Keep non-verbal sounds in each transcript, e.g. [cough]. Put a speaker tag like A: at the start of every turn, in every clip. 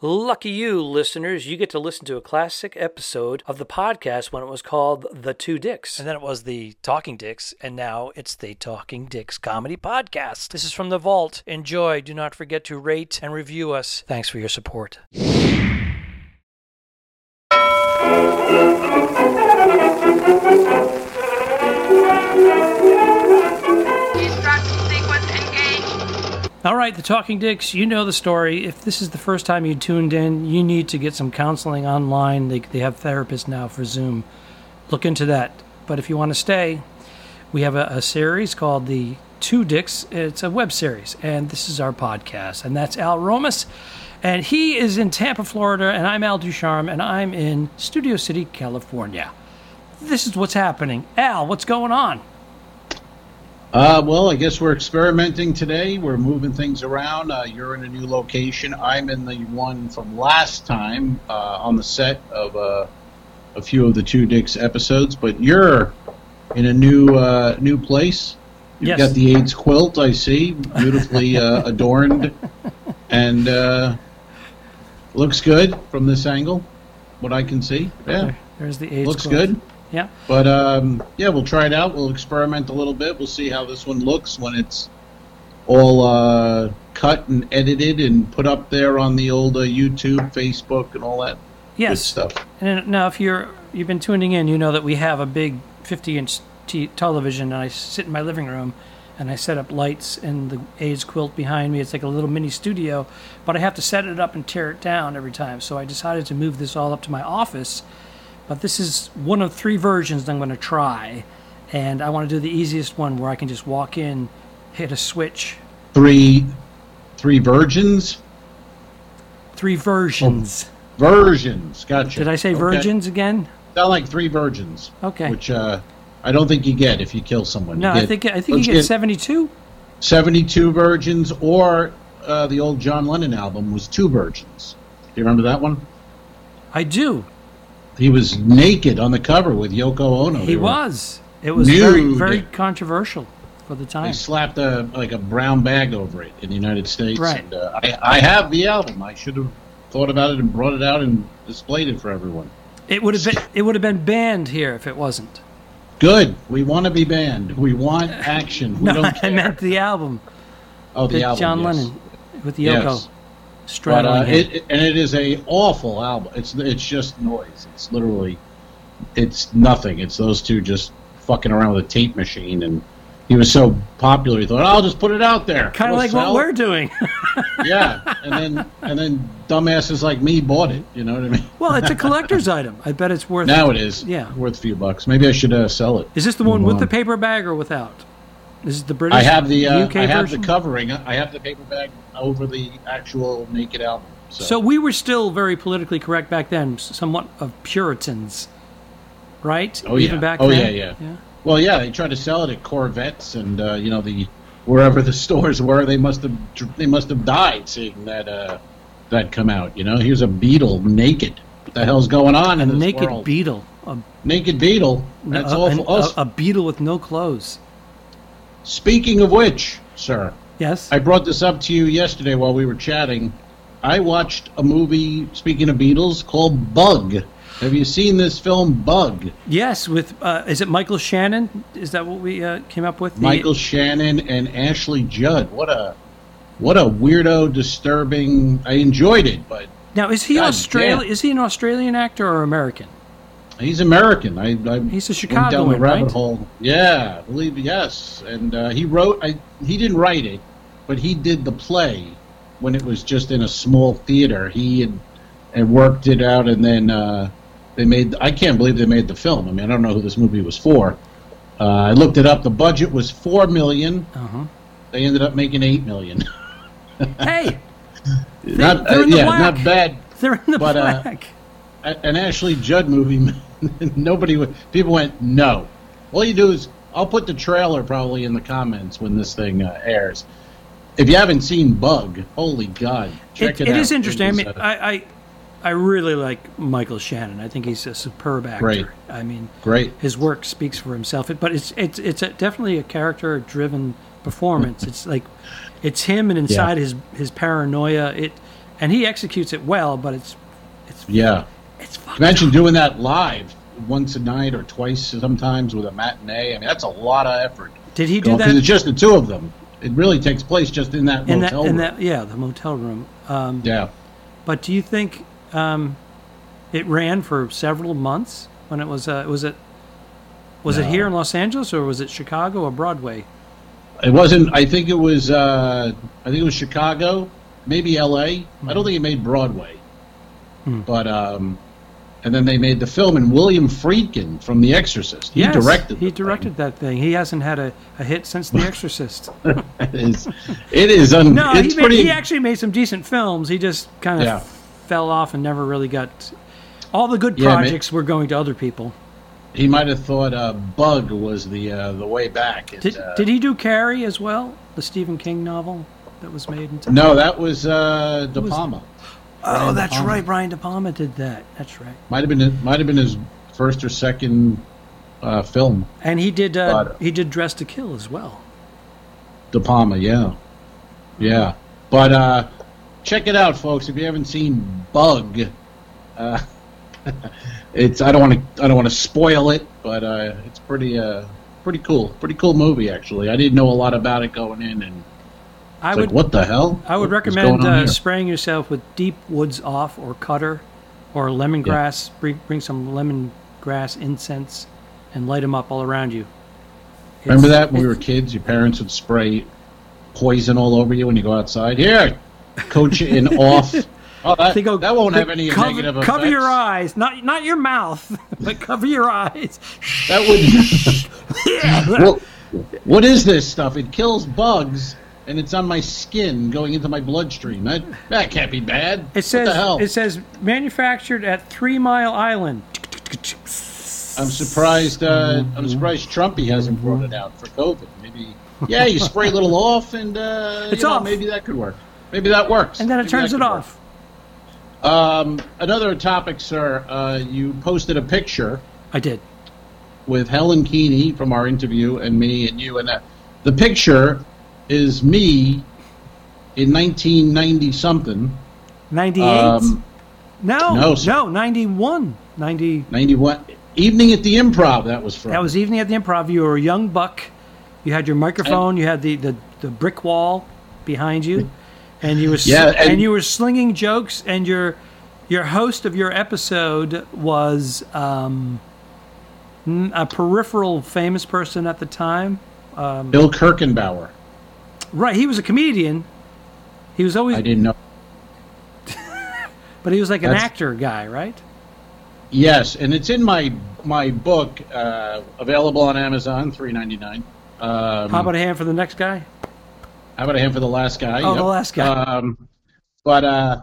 A: Lucky you, listeners, you get to listen to a classic episode of the podcast when it was called The Two Dicks.
B: And then it was the Talking Dicks, and now it's the Talking Dicks Comedy Podcast. This is from the vault. Enjoy. Do not forget to rate and review us. Thanks for your support.
C: Destruct sequence engaged.
B: All right, the Talking Dicks, you know the story. If this is the first time you tuned in, you need to get some counseling online. They, they have therapists now for Zoom. Look into that. But if you want to stay, we have a, a series called The Two Dicks. It's a web series, and this is our podcast. And that's Al Romas. And he is in Tampa, Florida, and I'm Al Ducharme, and I'm in Studio City, California. This is what's happening. Al, what's going on?
D: Uh, well, I guess we're experimenting today. We're moving things around. Uh, you're in a new location. I'm in the one from last time uh, on the set of uh, a few of the Two Dicks episodes, but you're in a new uh, new place. You've
B: Yes.
D: got the AIDS quilt, I see, beautifully uh, adorned, and uh, looks good from this angle, what I can see. Yeah,
B: There's the AIDS.
D: looks
B: quilt.
D: good.
B: Yeah.
D: But um, yeah, we'll try it out. We'll experiment a little bit. We'll see how this one looks when it's all uh, cut and edited and put up there on the old uh, YouTube, Facebook, and all that good
B: Yes.
D: stuff.
B: And then- now, if you're you've been tuning in, you know that we have a big 50-inch t- television, and I sit in my living room, and I set up lights and the AIDS quilt behind me. It's like a little mini studio, but I have to set it up and tear it down every time. So I decided to move this all up to my office. But this is one of three versions that I'm going to try, and I want to do the easiest one where I can just walk in, hit a switch.
D: Three, three virgins,
B: Three versions.
D: versions. Gotcha.
B: Did I say
D: Oh, Okay.
B: virgins again?
D: Sound like three virgins.
B: Okay.
D: Which uh, I don't think you get if you kill someone.
B: No,
D: you
B: I
D: get,
B: think I think you get,
D: let's
B: 72.
D: 72 virgins, or uh, the old John Lennon album was two virgins. Do you remember that one?
B: I do.
D: He was naked on the cover with Yoko Ono.
B: He
D: They were-
B: was. It was very,
D: Nude.
B: very controversial for the time.
D: They slapped a like a brown bag over it in the United States.
B: Right.
D: And, uh, I, I have the album. I should have thought about it and brought it out and displayed it for everyone.
B: It would have been. It would have been banned here if it wasn't.
D: Good. We want to be banned.
B: [laughs]
D: We want action. We
B: No, [laughs]
D: don't
B: I
D: care.
B: meant the album.
D: oh,
B: The
D: the album.
B: John
D: yes.
B: Lennon with Yoko
D: Yes. But,
B: straddling
D: uh,
B: him.
D: it, it- and it is a awful album. It's it's just noise. It's literally, it's nothing. It's those two just fucking around with a tape machine, and he was so popular. He thought, I'll just put it out there.
B: Kind of
D: It'll
B: like what
D: sell."
B: we're doing. [laughs]
D: yeah. And then and then dumbasses like me bought it. You know what
B: [laughs]
D: I mean?
B: well, it's a collector's item. I bet it's worth.
D: Now it is.
B: Yeah.
D: Worth a few bucks. Maybe I should uh, sell it.
B: Is this the one
D: Move
B: with the
D: on.
B: paper bag or without? This is the British.
D: I have the uh,
B: UK
D: I have
B: version.
D: the covering. uh, I have the paper bag over the actual naked album. So,
B: So we were still very politically correct back then, s- somewhat of Puritans, right?
D: Oh,
B: Even
D: yeah.
B: back
D: Oh,
B: then.
D: yeah, yeah. Well, yeah, they tried to sell it at Corvettes and uh, you know the wherever the [laughs] stores were. They must have they must have died seeing that uh, that come out. You know, here's a beetle naked. What the hell's going on in
B: A
D: this
B: naked uh,
D: world?
B: beetle. A,
D: naked beetle. That's
B: a-
D: awful.
B: an-
D: Oh,
B: a- a beetle with no clothes.
D: speaking of which, sir,
B: Yes.
D: I brought this up to you yesterday while we were chatting. I watched a movie. Speaking of Beatles, called Bug. Have you seen this film, Bug?
B: Yes, with uh, is it Michael Shannon? Is that what we uh, came up with? The-
D: Michael Shannon and Ashley Judd. What a what a weirdo, disturbing. I enjoyed it, but
B: Now is he
D: God
B: Australian?
D: damn.
B: Is he an Australian actor or
D: [laughs]
B: American?
D: he's American. I,
B: He's a
D: I went down the
B: Chicagoan,
D: rabbit
B: right?
D: hole. Yeah, I believe yes. And uh, he wrote. I he didn't write it, but he did the play when it was just in a small theater. He had and worked it out, and then uh, they made. I can't believe they made the film. I mean, I don't know who this movie was for. Uh, I looked it up. The budget was four million.
B: Uh-huh.
D: They ended up making eight million. [laughs]
B: hey,
D: not uh,
B: they're in the
D: yeah,
B: black.
D: not bad.
B: they're in the
D: But, uh,
B: black.
D: A- An Ashley Judd movie. [laughs] nobody would. People went no. All you do is I'll put the trailer probably in the comments when this thing uh, airs. If you haven't seen Bug, holy god, check
B: It-
D: it,
B: it
D: out.
B: is interesting. I
D: It is,
B: mean,
D: uh,
B: I, I I really like Michael Shannon. I think he's a superb actor.
D: Great.
B: I mean,
D: great.
B: his work speaks for himself. It, but it's it's it's a, definitely a character-driven performance. it's like it's him and inside his his paranoia. It and he executes it well, but it's it's
D: Yeah.
B: it's fucking
D: Imagine doing that live once a night or twice sometimes with a matinee. I mean, that's a lot of effort.
B: Did he do
D: Going- 'cause
B: that
D: It's just the two of them. It really takes place just in that
B: in that
D: motel
B: in
D: room.
B: that yeah the motel room? Um,
D: yeah.
B: But do you think um, it ran for several months when it was uh, was it was it
D: No.
B: here in Los Angeles or was it Chicago or Broadway?
D: It wasn't. I think it was. Uh, I think it was Chicago, maybe L.A. I don't think it made Broadway,
B: Hmm.
D: but um, and then they made the film. And William Friedkin from The Exorcist. He
B: Yes,
D: directed.
B: He
D: the thing.
B: directed that thing. He hasn't had a, a hit since The Exorcist.
D: [laughs] It is. It is. Un-
B: No,
D: it's
B: he, made,
D: pretty.
B: he actually made some decent films. He just kind of
D: Yeah.
B: fell off and never really got. All the good
D: Yeah, ma-
B: projects were going to other people.
D: he might have thought uh, Bug was the uh, the way back. It,
B: Did,
D: uh,
B: did he do Carrie as well? The Stephen King novel that was made into.
D: No, that was uh, De
B: was-
D: Palma.
B: oh,
D: Brian De
B: that's
D: Palma.
B: right. Brian De Palma did that. That's right.
D: Might have been. Might have been his first or second uh, film.
B: And he did. Uh,
D: But-
B: he did Dress to Kill as well.
D: De Palma, yeah. Yeah. But uh, check it out, folks. If you haven't seen Bug, uh, [laughs] it's I don't want to I don't want to spoil it, but uh, it's pretty uh, pretty cool, pretty cool movie actually. I didn't know a lot about it going in, and
B: I
D: it's
B: would.
D: like what the hell?
B: I would
D: What is
B: recommend
D: going on
B: uh,
D: here?
B: spraying yourself with deep woods off or cutter or lemongrass. Bring, bring some lemongrass incense and light them up all around you. It's-
D: Remember that when we were
B: it's-
D: kids, your parents would spray poison all over you when you go outside. Here, coach you
B: [laughs]
D: in off. Oh, that,
B: They go,
D: that won't
B: they
D: have any
B: cover,
D: negative effects.
B: Cover your eyes, not not your mouth, [laughs] but cover your eyes.
D: That would. [laughs] well, what is this stuff? It kills bugs, and it's on my skin, going into my bloodstream. That that can't be bad.
B: It says
D: what the hell?
B: it says manufactured at Three Mile Island.
D: I'm surprised. Uh,
B: Mm-hmm.
D: I'm surprised Trumpy hasn't brought it out for COVID. Maybe. Yeah, you spray a
B: [laughs]
D: little off, and uh,
B: It's
D: you know,
B: off.
D: maybe that could work. Maybe that works.
B: And then it
D: Maybe
B: turns
D: that
B: it
D: could work.
B: off.
D: Um, another topic, sir. Uh, you posted a picture
B: I did.
D: with Helen Keeney from our interview and me and you and that. The picture is me in 1990 something,
B: 98?
D: um,
B: no,
D: no,
B: no,
D: sir.
B: 91. 90.
D: 91 evening at the Improv. That was from.
B: That was evening at the improv. You were a young buck. You had your microphone. you had the, the, the brick wall behind you, and you were sl-
D: Yeah,
B: and,
D: and-
B: you were slinging jokes. And your your host of your episode was um, n- a peripheral famous person at the time.
D: Bill Kirkenbauer.
B: Right, he was a comedian. He was
D: I
B: always,
D: didn't know.
B: but he was like an
D: That's-
B: actor guy, right?
D: Yes, and it's in my my book, uh, available on Amazon, 3.99. Um,
B: How about a hand for the next guy?
D: How about a hand for the last guy?
B: Oh, the last guy.
D: Um, but uh,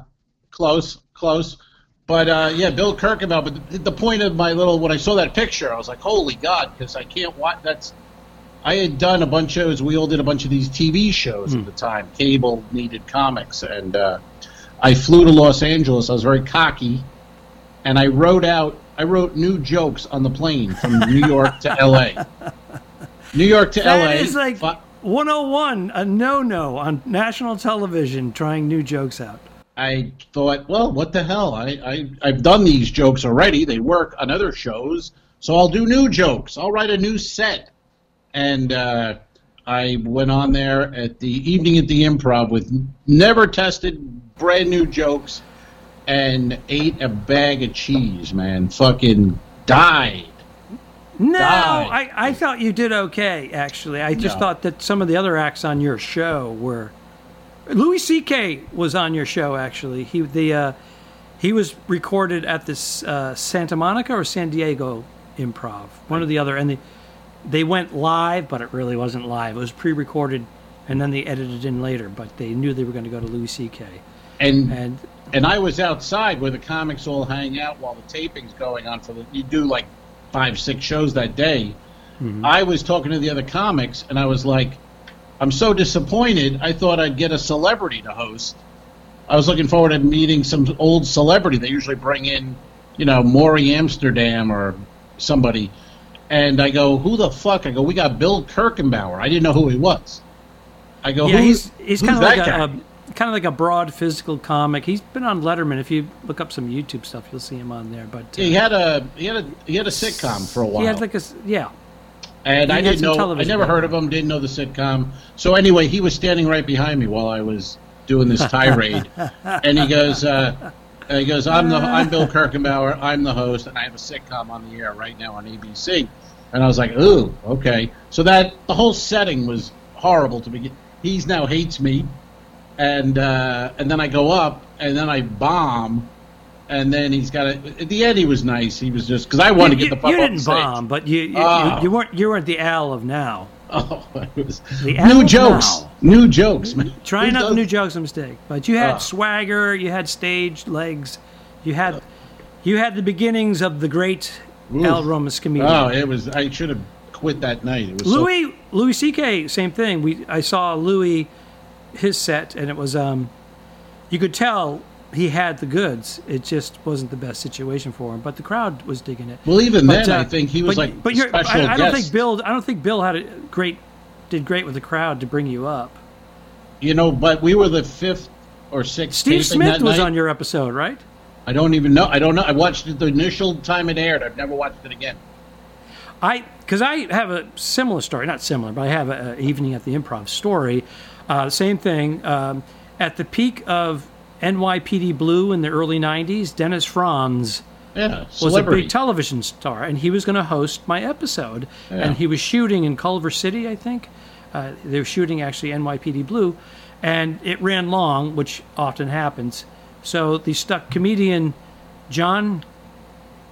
D: close, close. But uh, yeah, Bill Kirkabell. But the, the point of my little when I saw that picture, I was like, "Holy God!" Because I can't watch. That's I had done a bunch of shows. We all did a bunch of these TV shows at the time. Cable needed comics, and uh, I flew to Los Angeles. I was very cocky, and I wrote out. I wrote new jokes on the plane from New York
B: [laughs]
D: to L.A. New York to
B: That
D: L.A.
B: is like
D: fi-
B: 101, a no no on national television trying new jokes out.
D: I thought, well, what the hell? I, I, I've done these jokes already. They work on other shows, so I'll do new jokes. I'll write a new set. And uh, I went on there at the evening at the improv with never tested, brand new jokes, and ate a bag of cheese, man. Fucking died.
B: No,
D: died.
B: I, I thought you did okay, actually. I just
D: No.
B: thought that some of the other acts on your show were. Louis C.K. was on your show, actually. He the uh, he was recorded at this uh, Santa Monica or San Diego Improv, one or the other, and they they went live, but it really wasn't live. It was pre-recorded, and then they edited in later. But they knew they were going to go to Louis C.K.
D: And
B: and
D: and I was outside where the comics all hang out while the taping's going on for the you do like five six shows that day.
B: Mm-hmm.
D: I was talking to the other comics and I was like, I'm so disappointed. I thought I'd get a celebrity to host. I was looking forward to meeting some old celebrity. They usually bring in, you know, Maury Amsterdam or somebody. And I go, who the fuck? I go, we got Bill Kirkenbauer. I didn't know who he was. I go,
B: yeah,
D: who's,
B: he's he's
D: who's
B: kind of like
D: that
B: a,
D: guy?
B: a kind of like a broad physical comic. He's been on Letterman. If you look up some YouTube stuff, you'll see him on there. But uh,
D: He had a he had a he had a sitcom for a while,
B: he had like a s- yeah.
D: and
B: he
D: I
B: had
D: didn't
B: some
D: know. I
B: television
D: never heard of him. Didn't know the sitcom. So anyway, he was standing right behind me while I was doing
B: [laughs]
D: this tirade, and he goes, uh, and he goes, "I'm the I'm
B: [laughs]
D: Bill Kirkenbauer. I'm the host, and I have a sitcom on the air right now on ABC." And I was like, "Ooh, okay." So that the whole setting was horrible to begin. He's now hates me, and uh, and then I go up, and then I bomb. And then he's got it. At the end, he was nice. He was just because I wanted
B: you,
D: to get the fuck
B: you
D: off
B: didn't
D: the stage.
B: bomb, but you you,
D: Oh.
B: you you weren't you weren't the Al of now.
D: [laughs] Oh, it was
B: The
D: new
B: Apple
D: jokes.
B: Now.
D: New jokes, man.
B: Trying
D: Who
B: out
D: does-
B: new jokes a mistake, but you had
D: Ah.
B: swagger, you had stage legs, you had you had the beginnings of the great
D: Oof.
B: Al Romas comedian.
D: Oh, it was. I should have quit that night. It was so-
B: Louis Louis C.K. Same thing. We I saw Louis his set, and it was um, you could tell he had the goods. It just wasn't the best situation for him, but the crowd was digging it.
D: well, even then,
B: uh,
D: I think he was
B: but-
D: like
B: but you're,
D: special
B: I, I don't
D: guest.
B: think Bill. I don't think Bill had a great did great with the crowd to bring you up.
D: you know, but we were the fifth or sixth.
B: Steve
D: taping
B: Smith
D: that
B: was
D: night.
B: on your episode, right?
D: I don't even know. I don't know. I watched it the initial time it aired. I've never watched it again.
B: I because I have a similar story, not similar, but I have a a evening at the improv story. Uh, same thing. Um, at the peak of NYPD Blue in the early '90s, Dennis Franz
D: Yeah,
B: was a
D: celebrity.
B: big television star, and he was going to host my episode. And he was shooting in Culver City, I think. Uh, they were shooting actually NYPD Blue, and it ran long, which often happens. So the stuck comedian John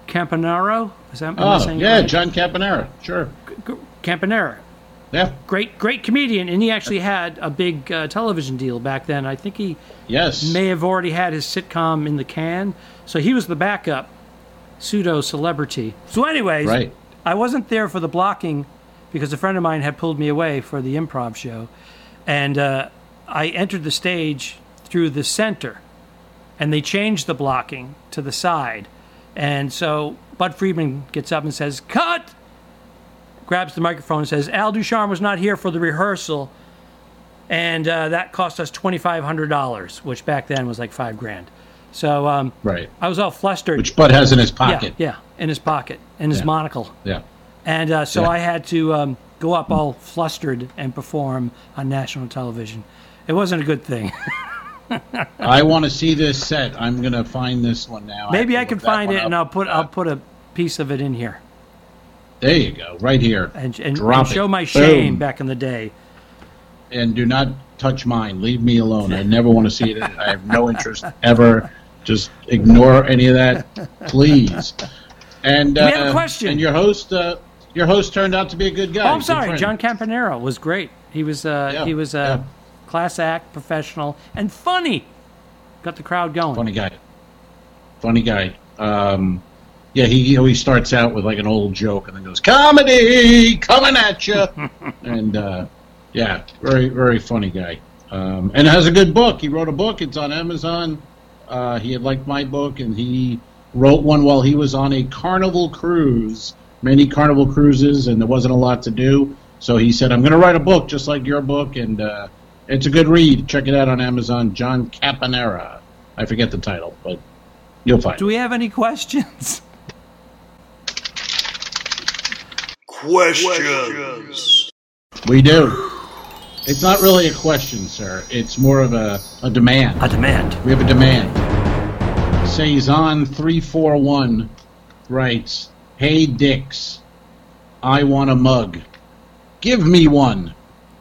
B: Campanaro is that am I
D: oh,
B: saying it
D: yeah,
B: right?
D: John Campanera. Sure.
B: Campanaro.
D: Yeah.
B: Great, great comedian, and he actually had a big uh, television deal back then. I think he
D: Yes.
B: may have already had his sitcom in the can, so he was the backup pseudo celebrity. So, anyways,
D: Right.
B: I wasn't there for the blocking because a friend of mine had pulled me away for the improv show, and uh, I entered the stage through the center, and they changed the blocking to the side, and so Bud Friedman gets up and says, "Cut." Grabs the microphone and says, Al Ducharme was not here for the rehearsal and uh, that cost us twenty five hundred dollars, which back then was like five grand. So um,
D: Right.
B: I was all flustered.
D: Which Bud has in his
B: yeah,
D: pocket.
B: yeah, in his pocket, in his monocle,
D: Yeah.
B: and uh, so
D: Yeah.
B: I had to um, go up all flustered and perform on national television. It wasn't a good
D: [laughs]
B: thing.
D: I want to see this set. I'm gonna find this one now.
B: Maybe I
D: have to
B: can
D: look that
B: find
D: one
B: it, and I'll
D: up.
B: put I'll put a piece of it in here
D: There you go, right here.
B: and, and,
D: Drop
B: and
D: it.
B: show my shame
D: Boom.
B: back in the day.
D: and do not touch mine. Leave me alone. I never want to see it. I have no interest ever. Just ignore any of that, please. And uh,
B: We have a question.
D: And your host, uh, your host turned out to be a good guy.
B: Oh, I'm
D: good
B: sorry.
D: friend.
B: John Campanero was great. He was uh,
D: Yeah,
B: he was a
D: yeah.
B: class act, professional, and funny. Got the crowd going.
D: funny guy. Funny guy. Um, yeah, he he always starts out with like an old joke and then goes comedy coming at you,
B: [laughs]
D: and uh, yeah, very very funny guy. Um, and has a good book. He wrote a book. It's on Amazon. Uh, he had liked my book, and he wrote one while he was on a carnival cruise, many carnival cruises, and there wasn't a lot to do. So he said, "I'm going to write a book just like your book," and uh, it's a good read. Check it out on Amazon. John Caponera. I forget the title, but you'll find.
B: Do we have any questions? [laughs]
E: Questions.
D: it. We do. It's not really a question, sir. It's more of a, a demand.
B: demand.
D: We have a demand. Saison341 writes Hey, Dix, I want a mug. Give me one.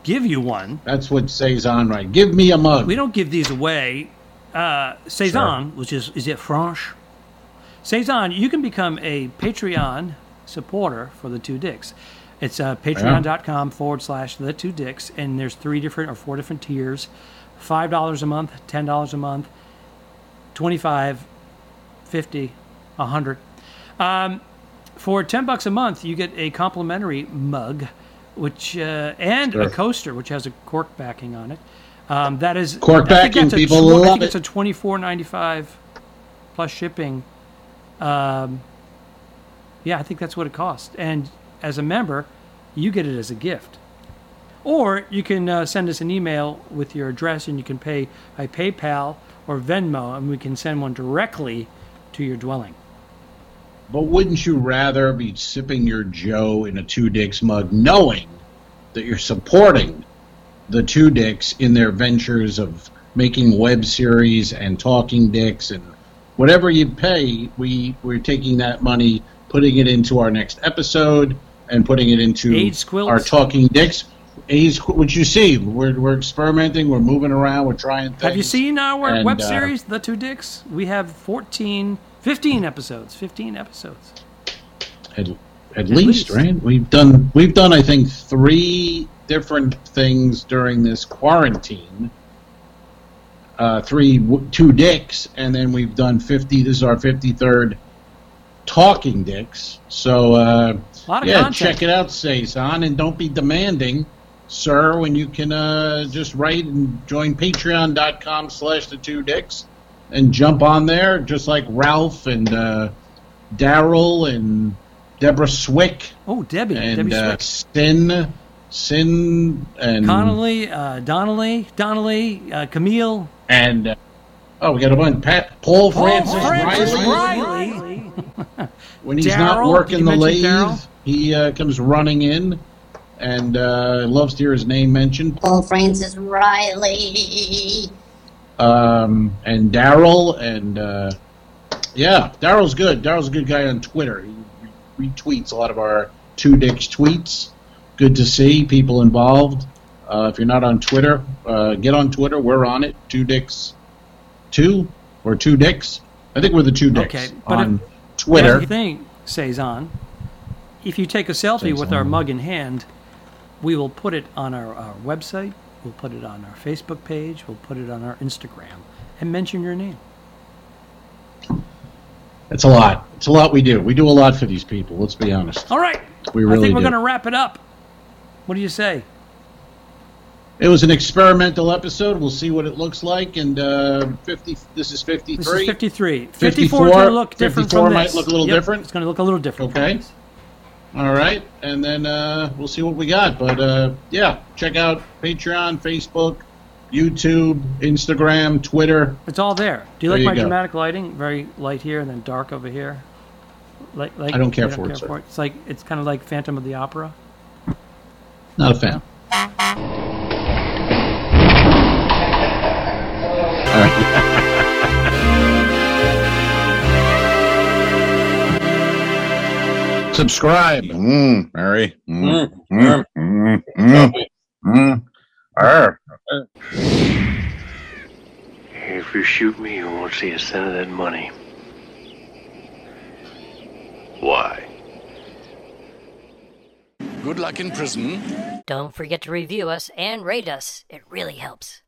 B: Give you one.
D: That's what Saison writes. Give me a mug.
B: We don't give these away. Uh, Cezanne, which is is it French? Cezanne, you can become a Patreon supporter for the two dicks. It's uh, patreon.com forward slash the two dicks, and there's three different or four different tiers $5 a month, $10 a month, 25 50 100 Um, for 10 bucks a month you get a complimentary mug which uh, and a
D: Sure.
B: coaster which has a cork backing on it um, that is
D: Cork
B: I think
D: backing,
B: that's a
D: people
B: tw- I
D: love
B: think
D: it.
B: it's a 24.95 plus shipping um, yeah i think that's what it costs and as a member you get it as a gift Or you can uh, send us an email with your address and you can pay by PayPal or Venmo and we can send one directly to your dwelling.
D: But wouldn't you rather be sipping your Joe in a Two Dicks mug, knowing that you're supporting the Two Dicks in their ventures of making web series and talking dicks and whatever you pay, we we're taking that money, putting it into our next episode, and putting it into
B: Age Squilts.
D: our talking dicks. Age, Squ- which you see, we're we're experimenting, we're moving around, we're trying things.
B: Have you seen our
D: And,
B: web
D: uh,
B: series, The Two Dicks? We have 14, 15 episodes. 15 episodes.
D: at, at, least,
B: least.
D: right? We've done we've done I think three different things during this quarantine. Uh, three w- two dicks, and then we've done fifty. This is our fifty third talking dicks. So uh,
B: A lot of
D: yeah,
B: content.
D: check it out, Saison, and don't be demanding. Sir, when you can uh, just write and join patreon.com slash the two dicks and jump on there, just like Ralph and uh, Daryl and Deborah Swick
B: Oh, Debbie.
D: and
B: Debbie
D: uh,
B: Swick.
D: Sin, Sin and
B: Connolly, uh, Donnelly, Donnelly, uh, Camille,
D: and uh, oh, we got a bunch. Pat, Paul, Francis,
B: Francis
D: Riley.
B: Riley.
D: when he's
B: Daryl?
D: not
B: Did
D: working
B: you
D: the
B: mention
D: lathe,
B: Daryl?
D: he uh, comes running in and uh, loves to hear his name mentioned.
E: Paul Francis Riley.
D: um, and Daryl, and uh, yeah, Daryl's good. Daryl's a good guy on Twitter. He retweets a lot of our two dicks tweets. Good to see people involved. Uh, if you're not on Twitter, uh, get on Twitter. We're on it. Two dicks, two or two dicks. I think we're the two dicks
B: Okay, but
D: on
B: Here's
D: Twitter.
B: the thing, Saison. If you take a selfie with
D: Saison.
B: our mug in hand, we will put it on our, our website, we'll put it on our Facebook page, we'll put it on our Instagram, and mention your name.
D: It's a lot. It's a lot we do. We do a lot for these people. Let's be honest.
B: All right.
D: We
B: I
D: really
B: think we're
D: do.
B: going to wrap it up. What do you say?
D: It was an experimental episode. We'll see what it looks like. And uh, fifty. This is fifty-three.
B: This is 53. 54 is
D: 54
B: going to look different from
D: 54 might
B: this.
D: look a little
B: Yep,
D: different.
B: It's going to look a little different. from
D: Okay.
B: this.
D: All right, and then uh, we'll see what we got. But uh, yeah, check out Patreon, Facebook, YouTube, Instagram, Twitter.
B: It's all there. Do you
D: There
B: like
D: you
B: my
D: go.
B: dramatic lighting? Very light here and then dark over here. Like, like
D: I don't care
B: you
D: for it, sir.
B: It's like it's kind of like Phantom of the Opera.
D: Not a fan. All right. [laughs] Subscribe.
F: Mm, Mary. Mm, mm, mm, mm, mm. Arr.
G: If you shoot me, you won't see a cent of that money. Why?
H: Good luck in prison.
I: Don't forget to review us and rate us. It really helps.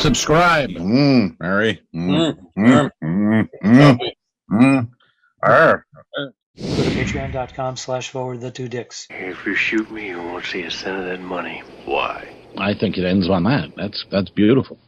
D: Subscribe.
F: Mm, Mary. Mm, mm, mm, mm, mm. Arr.
A: Go to patreon.com slash forward The Two Dicks.
G: If you shoot me, you won't see a cent of that money. Why?
D: I think it ends on that. That's that's beautiful.